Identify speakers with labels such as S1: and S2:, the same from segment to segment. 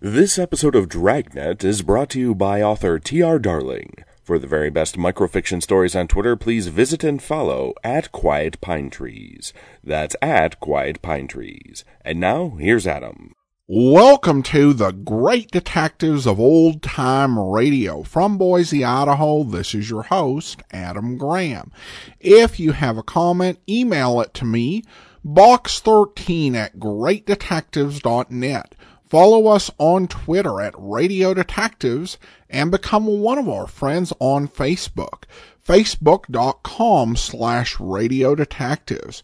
S1: This episode of Dragnet is brought to you by author T.R. Darling. For the very best microfiction stories on Twitter, please visit and follow at Quiet Pine Trees. That's at Quiet Pine Trees. And now, here's Adam.
S2: Welcome to the Great Detectives of Old Time Radio. From Boise, Idaho, this is your host, Adam Graham. If you have a comment, email it to me, box13 at greatdetectives.net. Follow us on Twitter at Radio Detectives and become one of our friends on Facebook, facebook.com slash radio detectives.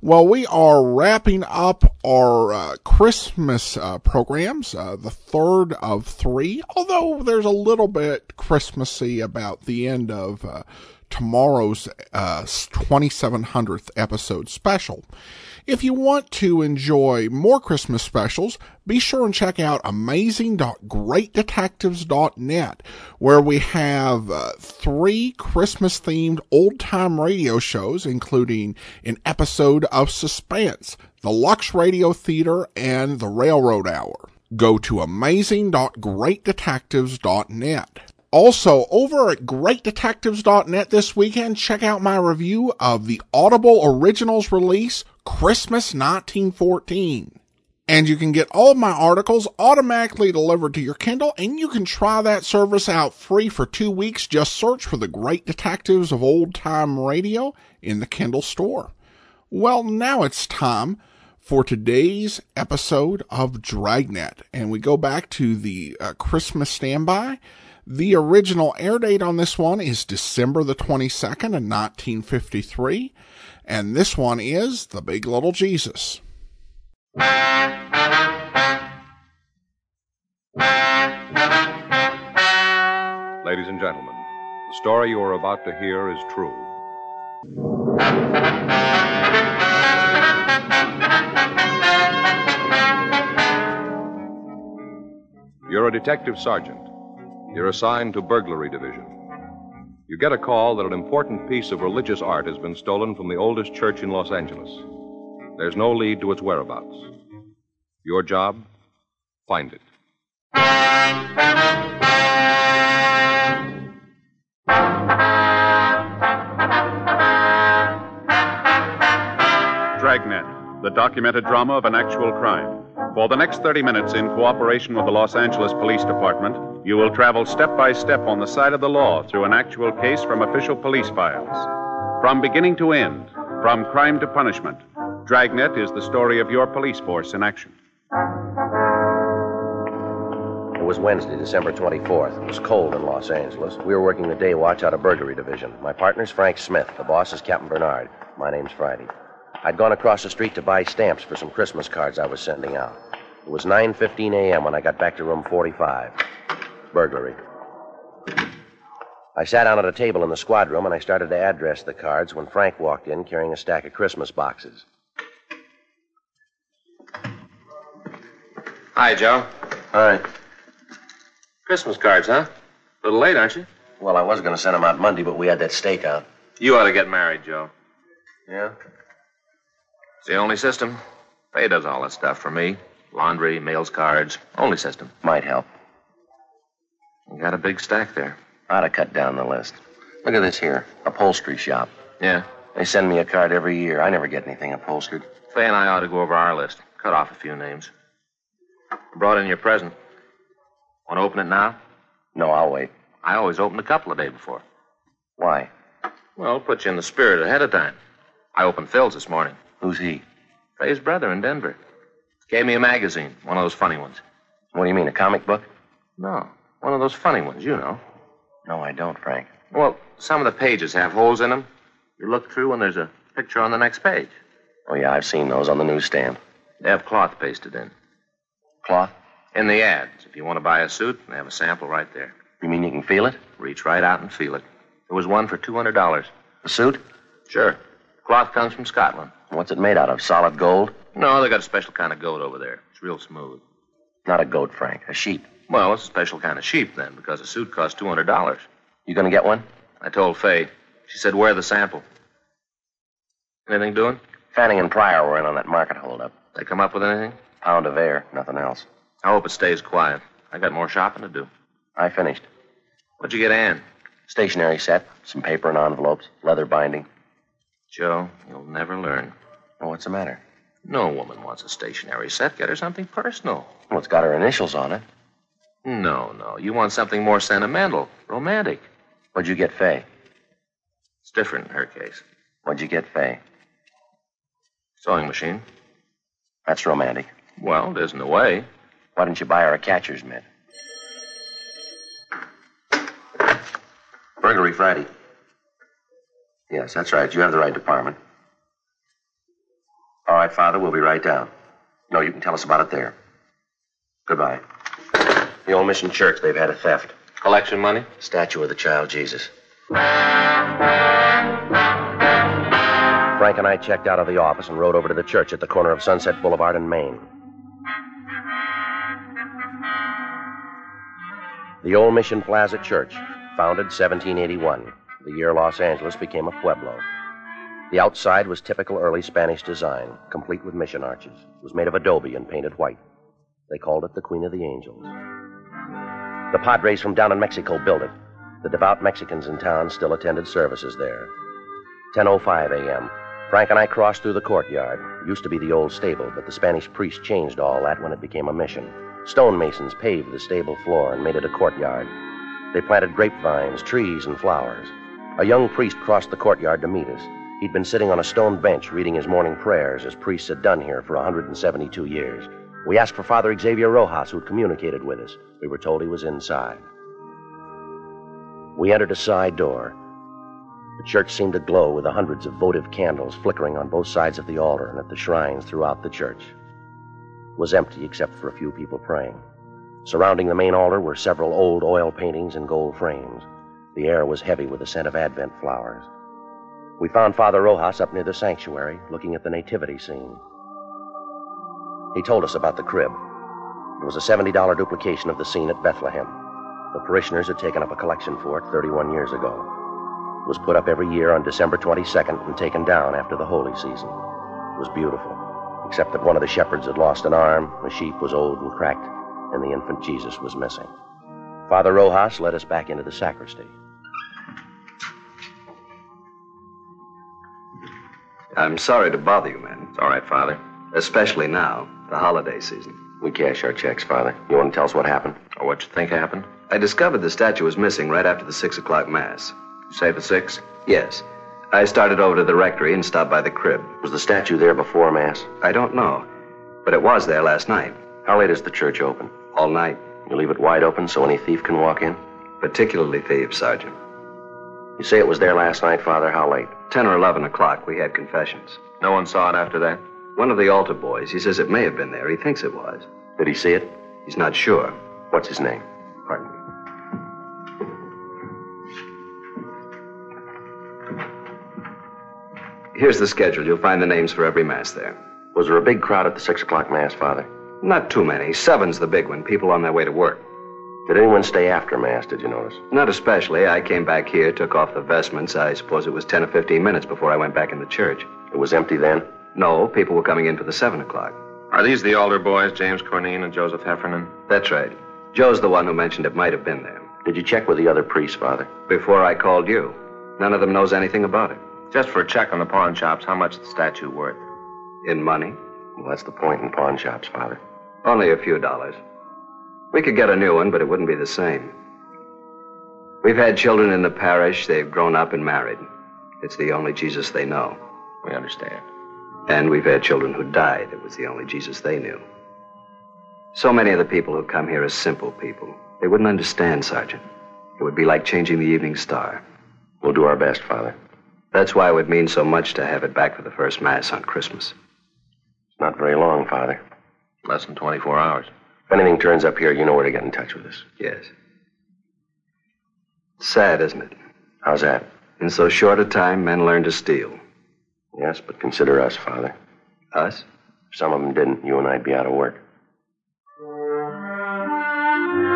S2: Well, we are wrapping up our uh, Christmas uh, programs, uh, the third of three, although there's a little bit Christmassy about the end of uh, tomorrow's uh, 2700th episode special. If you want to enjoy more Christmas specials, be sure and check out amazing.greatdetectives.net, where we have uh, three Christmas themed old time radio shows, including an episode of Suspense, the Lux Radio Theater, and the Railroad Hour. Go to amazing.greatdetectives.net. Also, over at greatdetectives.net this weekend, check out my review of the Audible Originals release, Christmas 1914. And you can get all of my articles automatically delivered to your Kindle, and you can try that service out free for two weeks. Just search for the Great Detectives of Old Time Radio in the Kindle store. Well, now it's time for today's episode of Dragnet. And we go back to the uh, Christmas standby. The original air date on this one is December the 22nd of 1953. And this one is The Big Little Jesus.
S3: Ladies and gentlemen, the story you are about to hear is true. You're a detective sergeant. You're assigned to burglary division. You get a call that an important piece of religious art has been stolen from the oldest church in Los Angeles. There's no lead to its whereabouts. Your job? Find it.
S4: Dragnet, the documented drama of an actual crime. For the next 30 minutes, in cooperation with the Los Angeles Police Department, you will travel step by step on the side of the law through an actual case from official police files. From beginning to end, from crime to punishment, Dragnet is the story of your police force in action.
S5: It was Wednesday, December 24th. It was cold in Los Angeles. We were working the day watch out of burglary division. My partner's Frank Smith. The boss is Captain Bernard. My name's Friday. I'd gone across the street to buy stamps for some Christmas cards I was sending out. It was 9:15 a.m. when I got back to room 45. Burglary. I sat down at a table in the squad room and I started to address the cards when Frank walked in carrying a stack of Christmas boxes.
S6: Hi, Joe.
S5: All right.
S6: Christmas cards, huh? A little late, aren't you?
S5: Well, I was going to send them out Monday, but we had that stakeout.
S6: You ought to get married, Joe.
S5: Yeah?
S6: It's the only system. Faye does all that stuff for me. Laundry, mails cards. Only system.
S5: Might help.
S6: You got a big stack there.
S5: Ought to cut down the list. Look at this here upholstery shop.
S6: Yeah.
S5: They send me a card every year. I never get anything upholstered.
S6: Faye and I ought to go over our list. Cut off a few names. I brought in your present. Want to open it now?
S5: No, I'll wait.
S6: I always open a couple a day before.
S5: Why?
S6: Well, put you in the spirit ahead of time. I opened Phil's this morning.
S5: Who's he?
S6: Faye's brother in Denver. Gave me a magazine, one of those funny ones.
S5: What do you mean, a comic book?
S6: No, one of those funny ones, you know.
S5: No, I don't, Frank.
S6: Well, some of the pages have holes in them. You look through and there's a picture on the next page.
S5: Oh, yeah, I've seen those on the newsstand.
S6: They have cloth pasted in.
S5: Cloth?
S6: In the ads, if you want to buy a suit, they have a sample right there.
S5: You mean you can feel it?
S6: Reach right out and feel it. There was one for $200.
S5: The suit?
S6: Sure. Cloth comes from Scotland.
S5: What's it made out of? Solid gold?
S6: No, they got a special kind of goat over there. It's real smooth.
S5: Not a goat, Frank. A sheep.
S6: Well, it's a special kind of sheep then, because a suit costs two hundred dollars.
S5: You gonna get one?
S6: I told Faye. She said, "Wear the sample." Anything doing?
S5: Fanning and Pryor were in on that market holdup.
S6: They come up with anything?
S5: Pound of air, nothing else.
S6: I hope it stays quiet. I got more shopping to do.
S5: I finished.
S6: What'd you get Ann?
S5: Stationery set, some paper and envelopes, leather binding.
S6: Joe, you'll never learn.
S5: Now, what's the matter?
S6: No woman wants a stationery set. Get her something personal.
S5: Well, it's got her initials on it.
S6: No, no. You want something more sentimental, romantic.
S5: What'd you get Faye?
S6: It's different in her case.
S5: What'd you get Faye?
S6: Sewing machine.
S5: That's romantic.
S6: Well, it isn't a way.
S5: Why didn't you buy her a catcher's mitt?
S6: Burglary Friday.
S5: Yes, that's right. You have the right department. All right, Father, we'll be right down. No, you can tell us about it there. Goodbye. The old mission church, they've had a theft.
S6: Collection money.
S5: Statue of the child Jesus. Frank and I checked out of the office and rode over to the church at the corner of Sunset Boulevard and Main. The Old Mission Plaza Church, founded 1781, the year Los Angeles became a pueblo. The outside was typical early Spanish design, complete with mission arches. It was made of adobe and painted white. They called it the Queen of the Angels. The Padres from down in Mexico built it. The devout Mexicans in town still attended services there. 10:05 a.m. Frank and I crossed through the courtyard. It used to be the old stable, but the Spanish priest changed all that when it became a mission. Stonemasons paved the stable floor and made it a courtyard. They planted grapevines, trees, and flowers. A young priest crossed the courtyard to meet us. He'd been sitting on a stone bench reading his morning prayers, as priests had done here for 172 years. We asked for Father Xavier Rojas, who communicated with us. We were told he was inside. We entered a side door. The church seemed to glow with the hundreds of votive candles flickering on both sides of the altar and at the shrines throughout the church. It was empty except for a few people praying. Surrounding the main altar were several old oil paintings in gold frames. The air was heavy with the scent of Advent flowers. We found Father Rojas up near the sanctuary, looking at the nativity scene. He told us about the crib. It was a $70 duplication of the scene at Bethlehem. The parishioners had taken up a collection for it 31 years ago. It was put up every year on December 22nd and taken down after the holy season. It was beautiful, except that one of the shepherds had lost an arm, the sheep was old and cracked, and the infant Jesus was missing. Father Rojas led us back into the sacristy.
S7: I'm sorry to bother you, men,
S6: It's all right, Father.
S7: especially now, the holiday season.
S5: We cash our checks, Father. You want to tell us what happened?
S6: Or what you think happened?
S7: I discovered the statue was missing right after the six o'clock mass.
S6: You say the six?
S7: Yes, I started over to the rectory and stopped by the crib.
S5: Was the statue there before Mass?
S7: I don't know, but it was there last night,
S5: How late is the church open?
S7: all night,
S5: You leave it wide open so any thief can walk in?
S7: particularly thieves, Sergeant.
S5: You say it was there last night, Father. How late?
S7: Ten or eleven o'clock, we had confessions.
S6: No one saw it after that?
S7: One of the altar boys, he says it may have been there. He thinks it was.
S5: Did he see it?
S7: He's not sure.
S5: What's his name?
S7: Pardon me. Here's the schedule. You'll find the names for every mass there.
S5: Was there a big crowd at the six o'clock Mass, Father?
S7: Not too many. Seven's the big one. People on their way to work.
S5: Did anyone stay after Mass, did you notice?
S7: Not especially. I came back here, took off the vestments. I suppose it was 10 or 15 minutes before I went back in the church.
S5: It was empty then?
S7: No, people were coming in for the 7 o'clock.
S6: Are these the altar boys, James Cornine and Joseph Heffernan?
S7: That's right. Joe's the one who mentioned it might have been there.
S5: Did you check with the other priests, Father?
S7: Before I called you. None of them knows anything about it.
S6: Just for a check on the pawn shops, how much is the statue worth?
S7: In money?
S5: Well, that's the point in pawn shops, Father.
S7: Only a few dollars. We could get a new one, but it wouldn't be the same. We've had children in the parish. They've grown up and married. It's the only Jesus they know.
S6: We understand.
S7: And we've had children who died. It was the only Jesus they knew. So many of the people who come here are simple people. They wouldn't understand, Sergeant. It would be like changing the evening star.
S5: We'll do our best, Father.
S7: That's why it would mean so much to have it back for the first Mass on Christmas.
S5: It's not very long, Father.
S6: Less than 24 hours.
S5: If anything turns up here, you know where to get in touch with us.
S7: Yes. Sad, isn't it?
S5: How's that?
S7: In so short a time, men learn to steal.
S5: Yes, but consider us, Father.
S7: Us?
S5: If some of them didn't, you and I'd be out of work.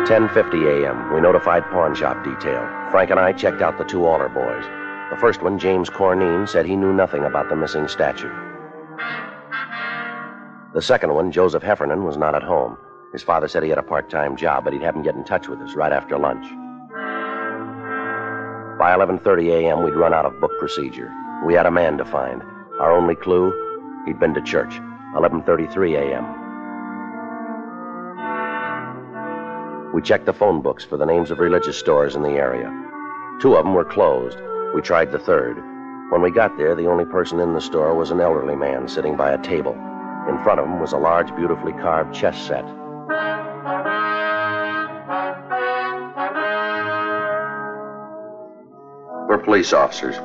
S5: 10:50 a.m. We notified pawn shop detail. Frank and I checked out the two altar boys. The first one, James Cornine, said he knew nothing about the missing statue. The second one, Joseph Heffernan, was not at home. His father said he had a part time job, but he'd have him get in touch with us right after lunch. By 11:30 a.m., we'd run out of book procedure. We had a man to find. Our only clue, he'd been to church. 11:33 a.m. We checked the phone books for the names of religious stores in the area. Two of them were closed. We tried the third. When we got there, the only person in the store was an elderly man sitting by a table. In front of him was a large, beautifully carved chess set.
S6: We're police officers.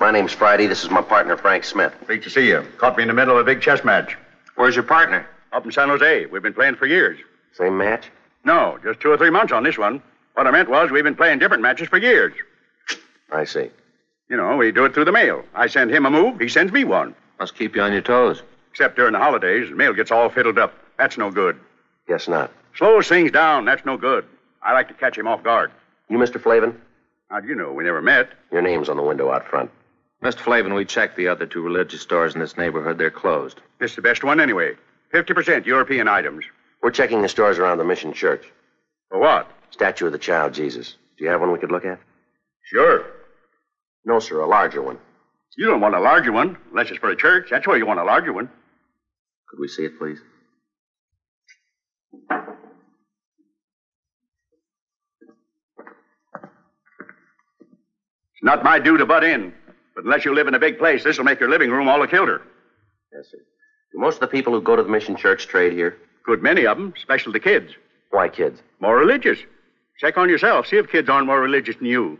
S5: My name's Friday. This is my partner, Frank Smith.
S6: Great to see you. Caught me in the middle of a big chess match. Where's your partner?
S4: Up in San Jose. We've been playing for years.
S5: Same match?
S4: No, just two or three months on this one. What I meant was we've been playing different matches for years.
S5: I see.
S4: You know, we do it through the mail. I send him a move, he sends me one.
S6: Must keep you on your toes.
S4: Except during the holidays, the mail gets all fiddled up. That's no good.
S5: Guess not.
S4: Slows things down. That's no good. I like to catch him off guard.
S5: You, Mr. Flavin?
S4: How'd you know? We never met.
S5: Your name's on the window out front.
S6: Mr. Flavin, we checked the other two religious stores in this neighborhood. They're closed.
S4: This is the best one anyway. 50% European items.
S5: We're checking the stores around the Mission Church.
S4: For what?
S5: Statue of the Child Jesus. Do you have one we could look at?
S4: Sure.
S5: No, sir, a larger one.
S4: You don't want a larger one, unless it's for a church. That's where you want a larger one.
S5: Could we see it, please?
S4: It's not my due to butt in. But unless you live in a big place, this'll make your living room all a kilter.
S5: Yes, sir. Do most of the people who go to the Mission Church trade here?
S4: Good many of 'em, especially the kids.
S5: Why, kids?
S4: More religious. Check on yourself. See if kids aren't more religious than you.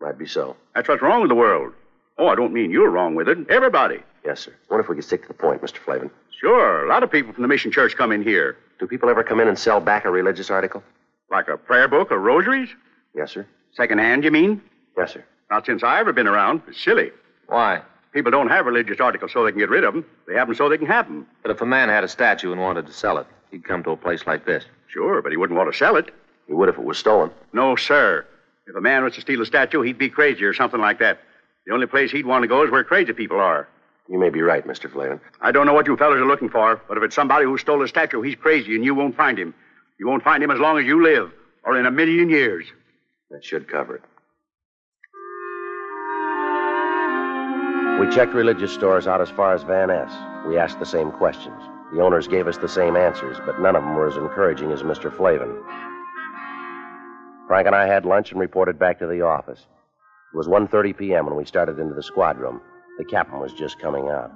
S5: Might be so.
S4: That's what's wrong with the world. Oh, I don't mean you're wrong with it. Everybody.
S5: Yes, sir. Wonder if we could stick to the point, Mr. Flavin.
S4: Sure, a lot of people from the mission church come in here.
S5: Do people ever come in and sell back a religious article?
S4: Like a prayer book or rosaries?
S5: Yes, sir.
S4: Second hand, you mean?
S5: Yes, sir.
S4: Not since I ever been around. It's silly.
S6: Why?
S4: People don't have religious articles so they can get rid of them. They have them so they can have them.
S6: But if a man had a statue and wanted to sell it, he'd come to a place like this.
S4: Sure, but he wouldn't want to sell it.
S5: You would if it was stolen.
S4: No, sir. If a man was to steal a statue, he'd be crazy or something like that. The only place he'd want to go is where crazy people are.
S5: You may be right, Mr. Flavin.
S4: I don't know what you fellas are looking for, but if it's somebody who stole a statue, he's crazy and you won't find him. You won't find him as long as you live, or in a million years.
S5: That should cover it. We checked religious stores out as far as Van Ness. We asked the same questions. The owners gave us the same answers, but none of them were as encouraging as Mr. Flavin. Frank and I had lunch and reported back to the office. It was 1.30 p.m. when we started into the squad room. The captain was just coming out.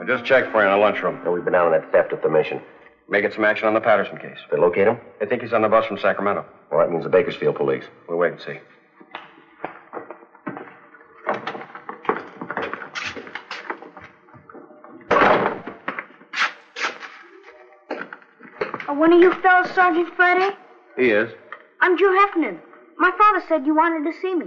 S6: I just checked for you in the lunchroom.
S5: And we've been out on that theft at the mission.
S6: Making some action on the Patterson case.
S5: They locate him?
S6: They think he's on the bus from Sacramento.
S5: Well, that means the Bakersfield police.
S6: We'll wait and see.
S8: Are Uh, one of you fellas Sergeant Friday?
S6: He is.
S8: I'm Joe Heffernan. My father said you wanted to see me.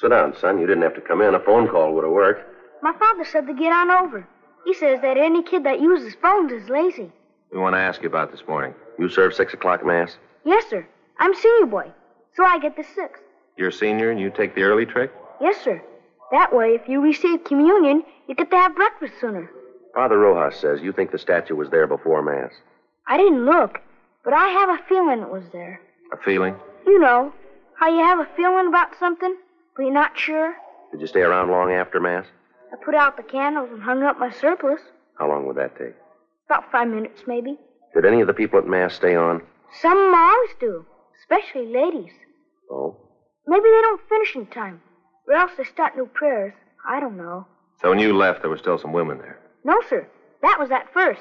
S5: Sit down, son. You didn't have to come in. A phone call would have worked.
S8: My father said to get on over. He says that any kid that uses phones is lazy.
S6: We want to ask you about this morning.
S5: You serve 6 o'clock mass?
S8: Yes, sir. I'm senior boy, so I get the sixth.
S6: You're a senior and you take the early trick?
S8: Yes, sir. That way, if you receive communion, you get to have breakfast sooner.
S5: Father Rojas says you think the statue was there before mass.
S8: I didn't look, but I have a feeling it was there.
S6: A feeling?
S8: You know, how you have a feeling about something, but you're not sure.
S5: Did you stay around long after mass?
S8: I put out the candles and hung up my surplice.
S5: How long would that take?
S8: About five minutes, maybe.
S5: Did any of the people at mass stay on?
S8: Some moms do, especially ladies.
S5: Oh.
S8: Maybe they don't finish in time, or else they start new prayers. I don't know.
S6: So when you left, there were still some women there.
S8: No, sir. That was at first.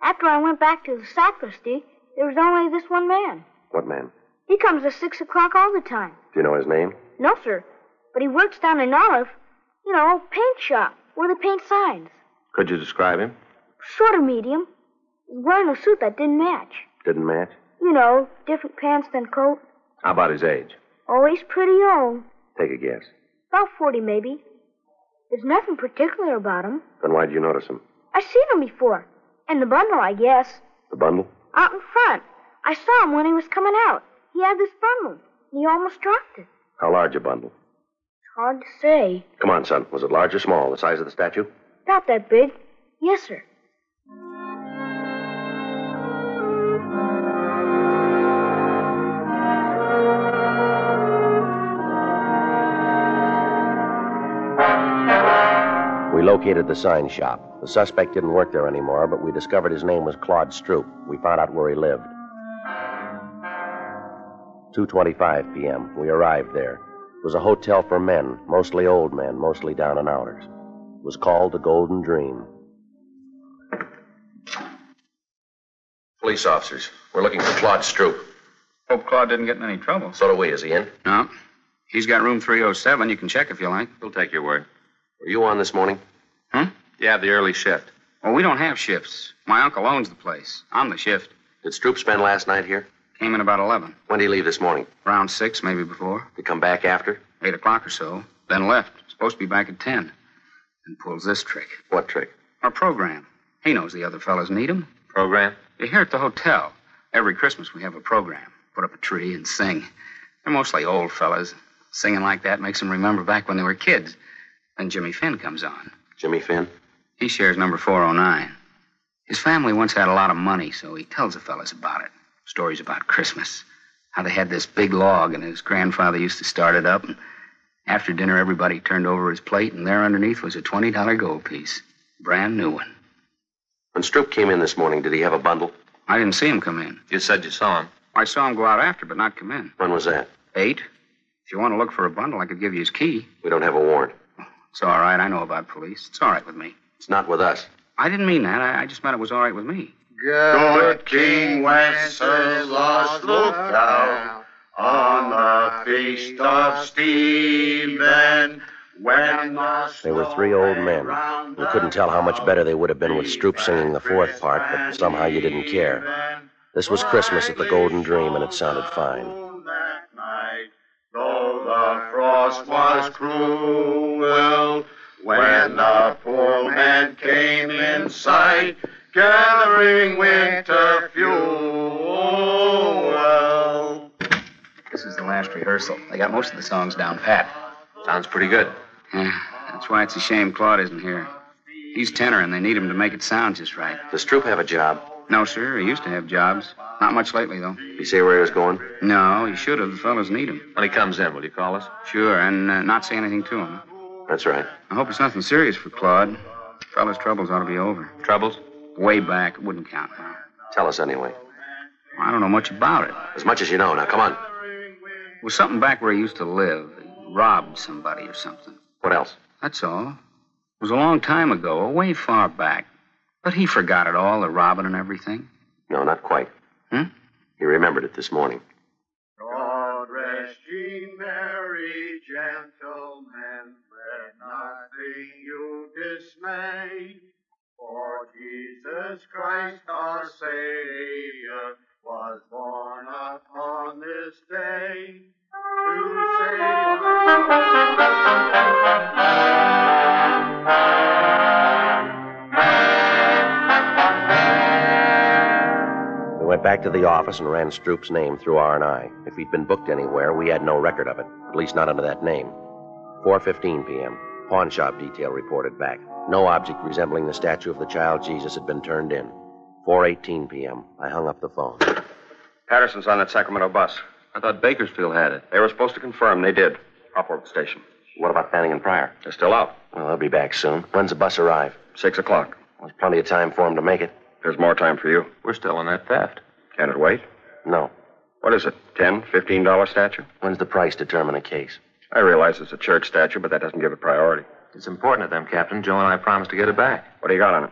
S8: After I went back to the sacristy, there was only this one man.
S5: What man?
S8: He comes at six o'clock all the time.
S5: Do you know his name?
S8: No, sir. But he works down in Olive, you know, paint shop where they paint signs.
S6: Could you describe him?
S8: Sort of medium. He's wearing a suit that didn't match.
S5: Didn't match?
S8: You know, different pants than coat.
S6: How about his age?
S8: Oh, he's pretty old.
S5: Take a guess.
S8: About 40, maybe. There's nothing particular about him.
S5: Then why'd you notice him?
S8: I've seen him before. In the bundle, I guess.
S5: The bundle?
S8: Out in front. I saw him when he was coming out. He had this bundle. He almost dropped it. It's
S5: How large a bundle?
S8: hard to say.
S5: Come on, son. Was it large or small? The size of the statue?
S8: Not that big. Yes, sir.
S5: We located the sign shop. The suspect didn't work there anymore, but we discovered his name was Claude Stroop. We found out where he lived. 2:25 p.m. We arrived there. It was a hotel for men, mostly old men, mostly down and outers. It was called the Golden Dream.
S6: Police officers. We're looking for Claude Stroop.
S9: Hope Claude didn't get in any trouble.
S6: So do we. Is he in?
S9: No. He's got room 307. You can check if you like.
S6: We'll take your word. Were you on this morning?
S9: Huh?
S6: Yeah, the early shift.
S9: Well, we don't have shifts. My uncle owns the place. I'm the shift.
S6: Did Stroop spend last night here?
S9: Came in about 11.
S6: When did he leave this morning?
S9: Around 6, maybe before.
S6: Did he come back after?
S9: 8 o'clock or so. Then left. Supposed to be back at 10. And pulls this trick.
S6: What trick?
S9: Our program. He knows the other fellas need him.
S6: Program?
S9: You're here at the hotel. Every Christmas we have a program. Put up a tree and sing. They're mostly old fellas. Singing like that makes them remember back when they were kids. Then Jimmy Finn comes on.
S6: Jimmy Finn?
S9: He shares number 409. His family once had a lot of money, so he tells the fellas about it. Stories about Christmas. How they had this big log, and his grandfather used to start it up. And after dinner, everybody turned over his plate, and there underneath was a $20 gold piece. Brand new one.
S6: When Stroop came in this morning, did he have a bundle?
S9: I didn't see him come in.
S6: You said you saw him.
S9: I saw him go out after, but not come in.
S6: When was that?
S9: Eight. If you want to look for a bundle, I could give you his key.
S6: We don't have a warrant.
S9: It's all right. I know about police. It's all right with me.
S6: It's not with us.
S9: I didn't mean that. I, I just meant it was all right with me.
S10: Good King Wenceslas, look down on the feast of Stephen. When the
S5: They were three old men. We couldn't tell how much better they would have been with Stroop singing the fourth part, but somehow you didn't care. This was Christmas at the Golden Dream, and it sounded fine.
S10: moon that night, though the frost was cruel, when the poor man came in sight, gathering winter fuel.
S9: This is the last rehearsal. They got most of the songs down pat.
S6: Sounds pretty good.
S9: Yeah, that's why it's a shame Claude isn't here. He's tenor, and they need him to make it sound just right.
S6: Does Stroop have a job?
S9: No, sir. He used to have jobs. Not much lately, though.
S6: You say where he was going?
S9: No, he should have. The fellas need him.
S6: When he comes in, will you call us?
S9: Sure, and uh, not say anything to him.
S6: That's right.
S9: I hope it's nothing serious for Claude. Fella's troubles ought to be over.
S6: Troubles?
S9: Way back, it wouldn't count now.
S6: Tell us anyway.
S9: I don't know much about it.
S6: As much as you know. Now, come on.
S9: It was something back where he used to live. He robbed somebody or something.
S6: What else?
S9: That's all. It was a long time ago, way far back. But he forgot it all, the robbing and everything.
S6: No, not quite.
S9: Hmm?
S6: He remembered it this morning.
S10: God rest ye merry gentlemen, let nothing you dismay. For Jesus Christ our Savior was born upon this day to save
S5: We went back to the office and ran Stroop's name through R&I. If he'd been booked anywhere, we had no record of it, at least not under that name. 4:15 p.m. Pawn shop detail reported back. No object resembling the statue of the child Jesus had been turned in. 4:18 p.m. I hung up the phone.
S6: Patterson's on that Sacramento bus. I thought Bakersfield had it. They were supposed to confirm. They did. Upward station.
S5: What about Fanning and Pryor?
S6: They're still out.
S5: Well, they'll be back soon. When's the bus arrive?
S6: Six o'clock.
S5: There's plenty of time for 'em to make it.
S6: There's more time for you. We're still on that theft. Can it wait?
S5: No.
S6: What is it? Ten, fifteen dollar statue?
S5: When's the price determine a case?
S6: I realize it's a church statue, but that doesn't give it priority.
S11: It's important to them, Captain. Joe and I promised to get it back.
S6: What do you got on it?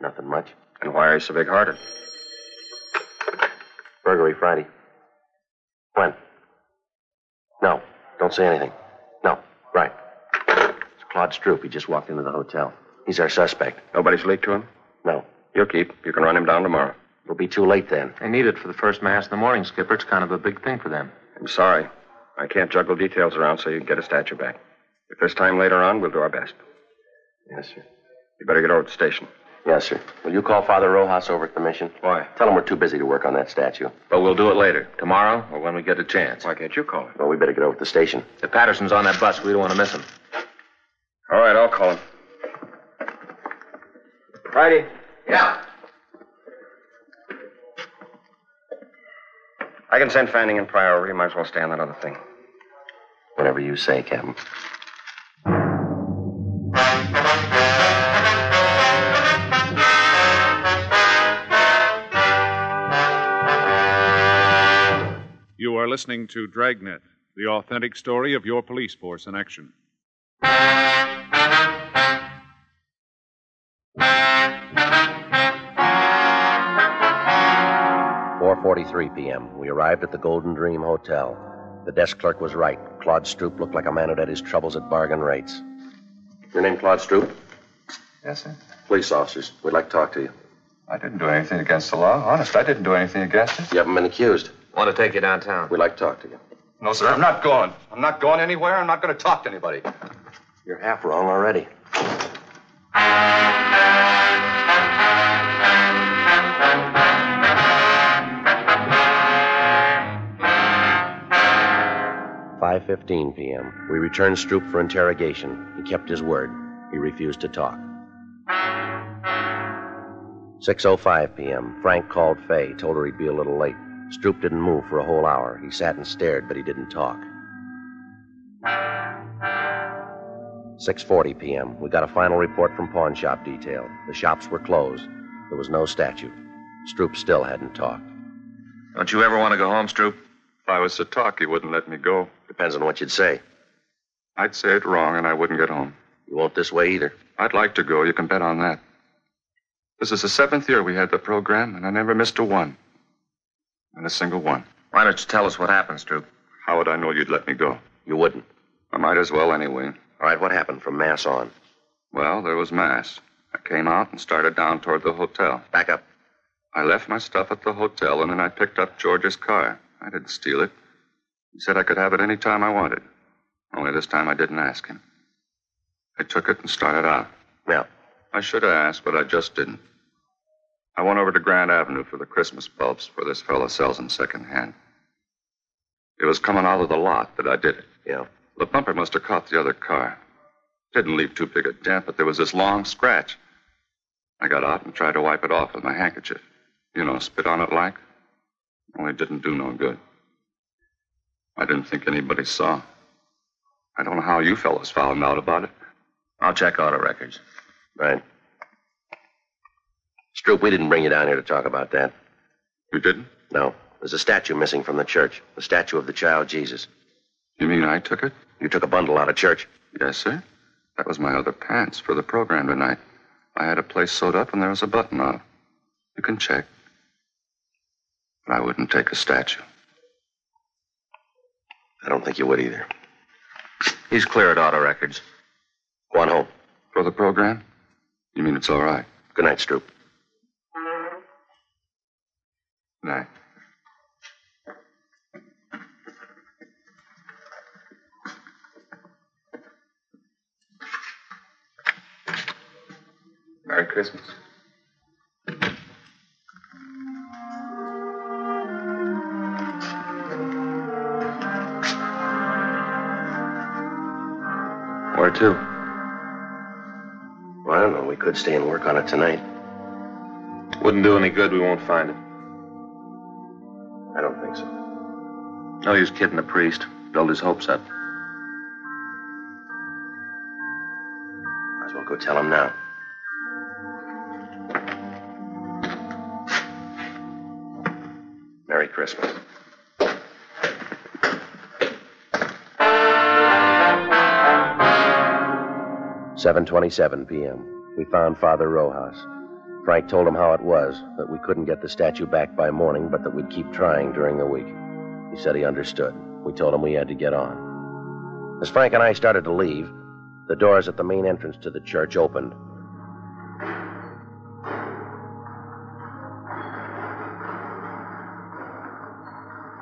S5: Nothing much.
S6: And why are you so big hearted?
S5: Burglary Friday. When? No. Don't say anything. No. Right. It's Claude Stroop. He just walked into the hotel. He's our suspect.
S6: Nobody's leaked to him?
S5: No.
S6: You'll keep. You can run him down tomorrow.
S5: It'll be too late then.
S11: They need it for the first mass in the morning, Skipper. It's kind of a big thing for them.
S6: I'm sorry. I can't juggle details around so you can get a statue back. If there's time later on, we'll do our best.
S5: Yes, sir.
S6: You better get over to the station.
S5: Yes, sir. Will you call Father Rojas over at the mission?
S6: Why?
S5: Tell him we're too busy to work on that statue.
S11: But we'll do it later, tomorrow, or when we get a chance.
S6: Why can't you call him?
S5: Well, we better get over to the station.
S11: If Patterson's on that bus, we don't want to miss him.
S6: All right, I'll call him. Friday.
S11: Yeah.
S6: I can send Fanning and Pryor over. You might as well stay on that other thing.
S5: Whatever you say, Captain.
S4: You are listening to Dragnet, the authentic story of your police force in action.
S5: Four forty-three p.m. We arrived at the Golden Dream Hotel. The desk clerk was right. Claude Stroop looked like a man who'd had his troubles at bargain rates.
S6: Your name Claude Stroop?
S5: Yes, sir.
S6: Police officers. We'd like to talk to you.
S5: I didn't do anything against the law. Honest, I didn't do anything against it.
S6: You haven't been accused.
S11: Want to take you downtown?
S6: We'd like to talk to you.
S12: No, sir, I'm not going. I'm not going anywhere. I'm not going to talk to anybody.
S6: You're half wrong already.
S5: Five fifteen p.m. We returned Stroop for interrogation. He kept his word. He refused to talk. Six oh five p.m. Frank called Fay, told her he'd be a little late. Stroop didn't move for a whole hour. He sat and stared, but he didn't talk. 6:40 p.m. We got a final report from pawn shop detail. The shops were closed. There was no statute. Stroop still hadn't talked.
S6: Don't you ever want to go home, Stroop?
S13: If I was to talk, he wouldn't let me go.
S6: Depends on what you'd say.
S13: I'd say it wrong, and I wouldn't get home.
S6: You won't this way either.
S13: I'd like to go. You can bet on that. This is the seventh year we had the program, and I never missed a one. Not a single one.
S6: Why don't you tell us what happened, Stroop?
S13: How would I know you'd let me go?
S6: You wouldn't.
S13: I might as well anyway.
S6: All right, what happened from Mass on?
S13: Well, there was Mass. I came out and started down toward the hotel.
S6: Back up.
S13: I left my stuff at the hotel, and then I picked up George's car. I didn't steal it. He said I could have it any time I wanted. Only this time I didn't ask him. I took it and started out.
S6: Yeah.
S13: I should have asked, but I just didn't. I went over to Grand Avenue for the Christmas bulbs where this fellow sells 'em secondhand. It was coming out of the lot that I did it.
S6: Yeah.
S13: The bumper must have caught the other car. Didn't leave too big a dent, but there was this long scratch. I got out and tried to wipe it off with my handkerchief. You know, spit on it like. Only it didn't do no good. I didn't think anybody saw. I don't know how you fellows found out about it.
S6: I'll check auto records.
S5: Right. Stroop, we didn't bring you down here to talk about that.
S13: You didn't?
S5: No. There's a statue missing from the church. The statue of the child Jesus.
S13: You mean I took it?
S5: You took a bundle out of church.
S13: Yes, sir. That was my other pants for the program tonight. I had a place sewed up and there was a button on. You can check. But I wouldn't take a statue.
S5: I don't think you would either.
S6: He's clear at auto records.
S5: Go on home.
S13: For the program? You mean it's all right?
S5: Good night, Stroop.
S13: Night.
S11: Merry Christmas.
S6: Where to?
S5: Well, I don't know. We could stay and work on it tonight.
S11: Wouldn't do any good. We won't find it.
S5: I don't think so.
S11: No use kidding the priest. Build his hopes up.
S5: Might as well go tell him now. Merry Christmas. Seven twenty-seven p.m. We found Father Rojas. Frank told him how it was that we couldn't get the statue back by morning, but that we'd keep trying during the week. He said he understood. We told him we had to get on. As Frank and I started to leave, the doors at the main entrance to the church opened.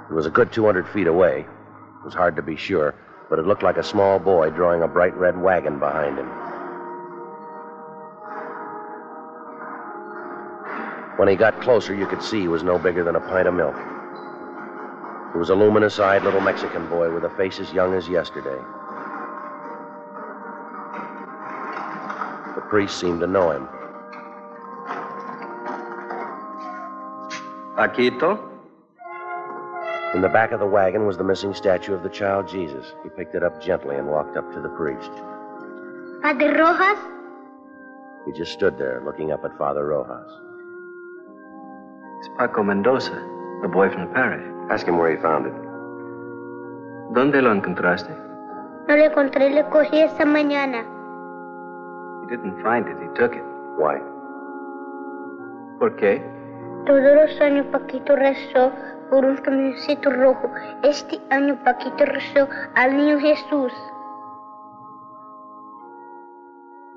S5: It was a good 200 feet away. It was hard to be sure, but it looked like a small boy drawing a bright red wagon behind him. When he got closer, you could see he was no bigger than a pint of milk. It was a luminous eyed little Mexican boy with a face as young as yesterday. The priest seemed to know him.
S14: Paquito?
S5: In the back of the wagon was the missing statue of the child Jesus. He picked it up gently and walked up to the priest.
S8: Padre Rojas?
S5: He just stood there looking up at Father Rojas.
S7: It's Paco Mendoza, the boy from the parish.
S5: Ask him where he found it.
S7: ¿Dónde lo encontraste?
S8: No le encontré, le cogí esta mañana.
S7: He didn't find it. He took it.
S5: Why?
S7: ¿Por qué?
S8: Todos los años Paquito rezó por un camioncito rojo. Este año Paquito rezó al niño Jesús.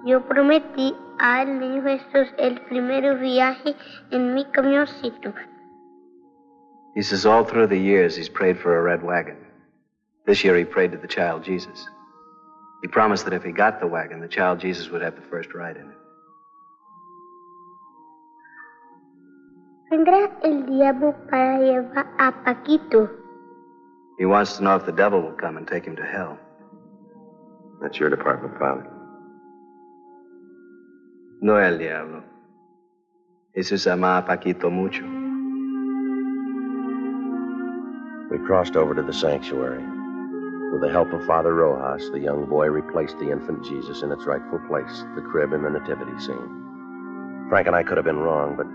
S8: Yo prometí al niño Jesús el primer viaje en mi camioncito.
S7: He says all through the years he's prayed for a red wagon. This year he prayed to the child Jesus. He promised that if he got the wagon, the child Jesus would have the first ride in it.
S8: Vendrá el diablo para llevar a Paquito.
S7: He wants to know if the devil will come and take him to hell.
S6: That's your department, Father.
S7: No el diablo. Jesús ama a Paquito mucho.
S5: We crossed over to the sanctuary. With the help of Father Rojas, the young boy replaced the infant Jesus in its rightful place, the crib in the nativity scene. Frank and I could have been wrong, but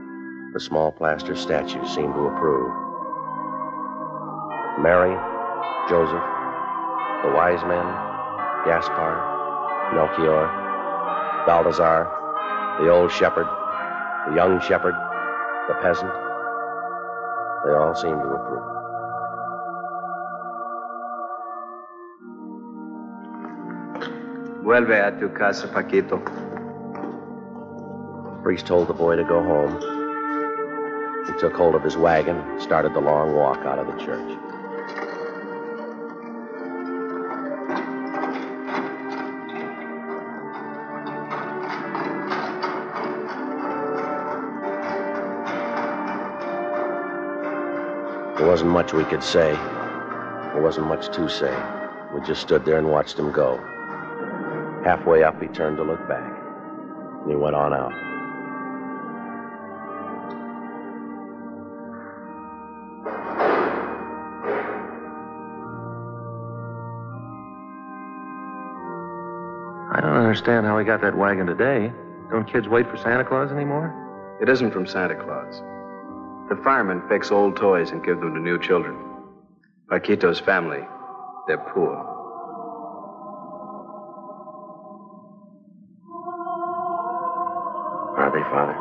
S5: the small plaster statue seemed to approve. Mary, Joseph, the wise men, Gaspar, Melchior, Balthazar, the old shepherd, the young shepherd, the peasant, they all seemed to approve.
S7: Vuelve a tu casa, Paquito.
S5: Priest told the boy to go home. He took hold of his wagon and started the long walk out of the church. There wasn't much we could say. There wasn't much to say. We just stood there and watched him go. Halfway up, he turned to look back, and he went on out.
S11: I don't understand how he got that wagon today. Don't kids wait for Santa Claus anymore?
S7: It isn't from Santa Claus. The firemen fix old toys and give them to new children. Paquito's family, they're poor.
S5: Are they, Father?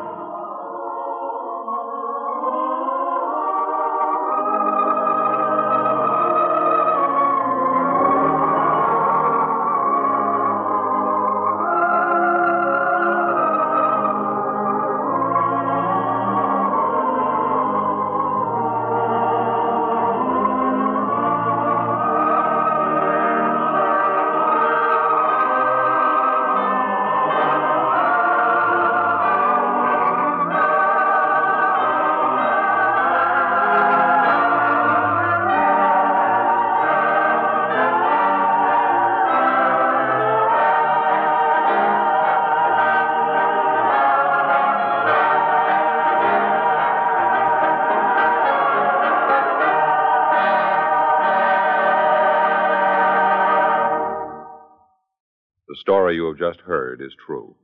S3: The story you have just heard is true.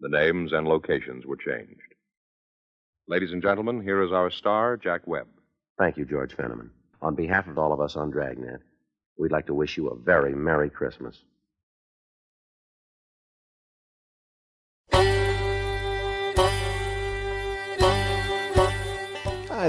S3: The names and locations were changed. Ladies and gentlemen, here is our star, Jack Webb.
S5: Thank you, George Fenneman. On behalf of all of us on Dragnet, we'd like to wish you a very Merry Christmas.
S14: Hi,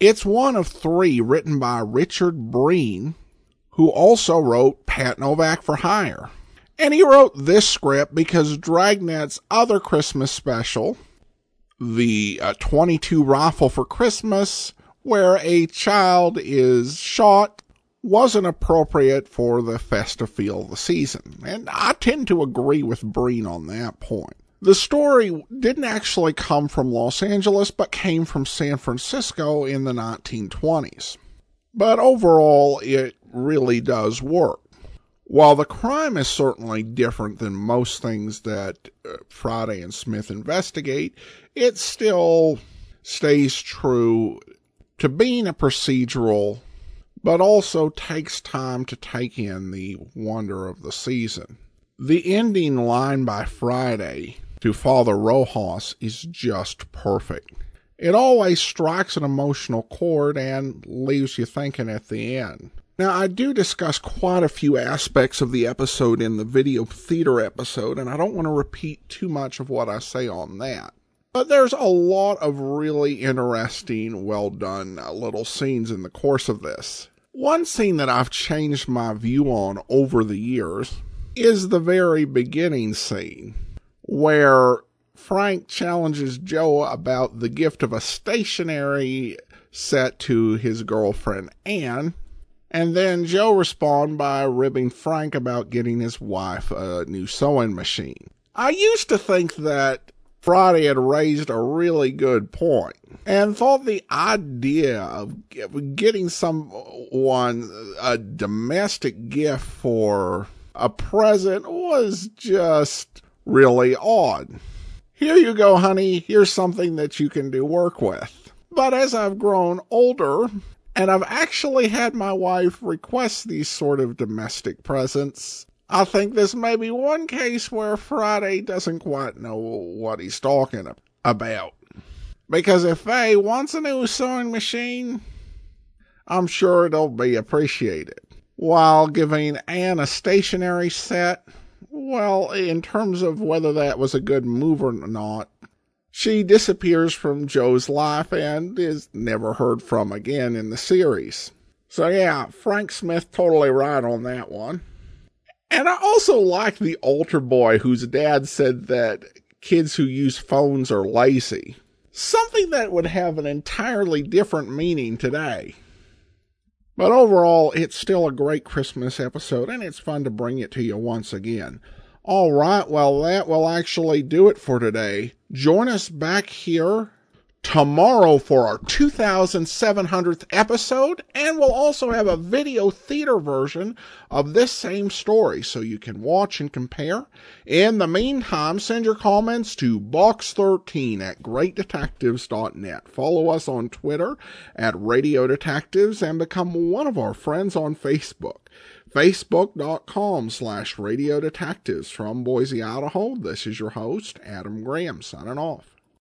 S2: It's one of three written by Richard Breen, who also wrote Pat Novak for Hire. And he wrote this script because Dragnet's other Christmas special, the uh, 22 Rifle for Christmas, where a child is shot, wasn't appropriate for the festive feel of the season. And I tend to agree with Breen on that point. The story didn't actually come from Los Angeles, but came from San Francisco in the 1920s. But overall, it really does work. While the crime is certainly different than most things that uh, Friday and Smith investigate, it still stays true to being a procedural, but also takes time to take in the wonder of the season. The ending line by Friday to Father Rojas is just perfect. It always strikes an emotional chord and leaves you thinking at the end. Now, I do discuss quite a few aspects of the episode in the video theater episode, and I don't want to repeat too much of what I say on that. But there's a lot of really interesting, well done uh, little scenes in the course of this. One scene that I've changed my view on over the years is the very beginning scene where Frank challenges Joe about the gift of a stationery set to his girlfriend Anne, and then Joe responds by ribbing Frank about getting his wife a new sewing machine. I used to think that Friday had raised a really good point and thought the idea of g- getting someone a domestic gift for a present was just really odd. Here you go, honey. Here's something that you can do work with. But as I've grown older, and I've actually had my wife request these sort of domestic presents. I think this may be one case where Friday doesn't quite know what he's talking ab- about. Because if Faye wants a new sewing machine, I'm sure it'll be appreciated. While giving Anne a stationary set, well, in terms of whether that was a good move or not, she disappears from Joe's life and is never heard from again in the series. So, yeah, Frank Smith totally right on that one. And I also like the altar boy whose dad said that kids who use phones are lazy. Something that would have an entirely different meaning today. But overall, it's still a great Christmas episode, and it's fun to bring it to you once again. All right, well, that will actually do it for today. Join us back here tomorrow for our 2700th episode, and we'll also have a video theater version of this same story so you can watch and compare. In the meantime, send your comments to box13 at greatdetectives.net. Follow us on Twitter at Radio Detectives and become one of our friends on Facebook facebook.com slash radio detectives from boise idaho this is your host adam graham signing off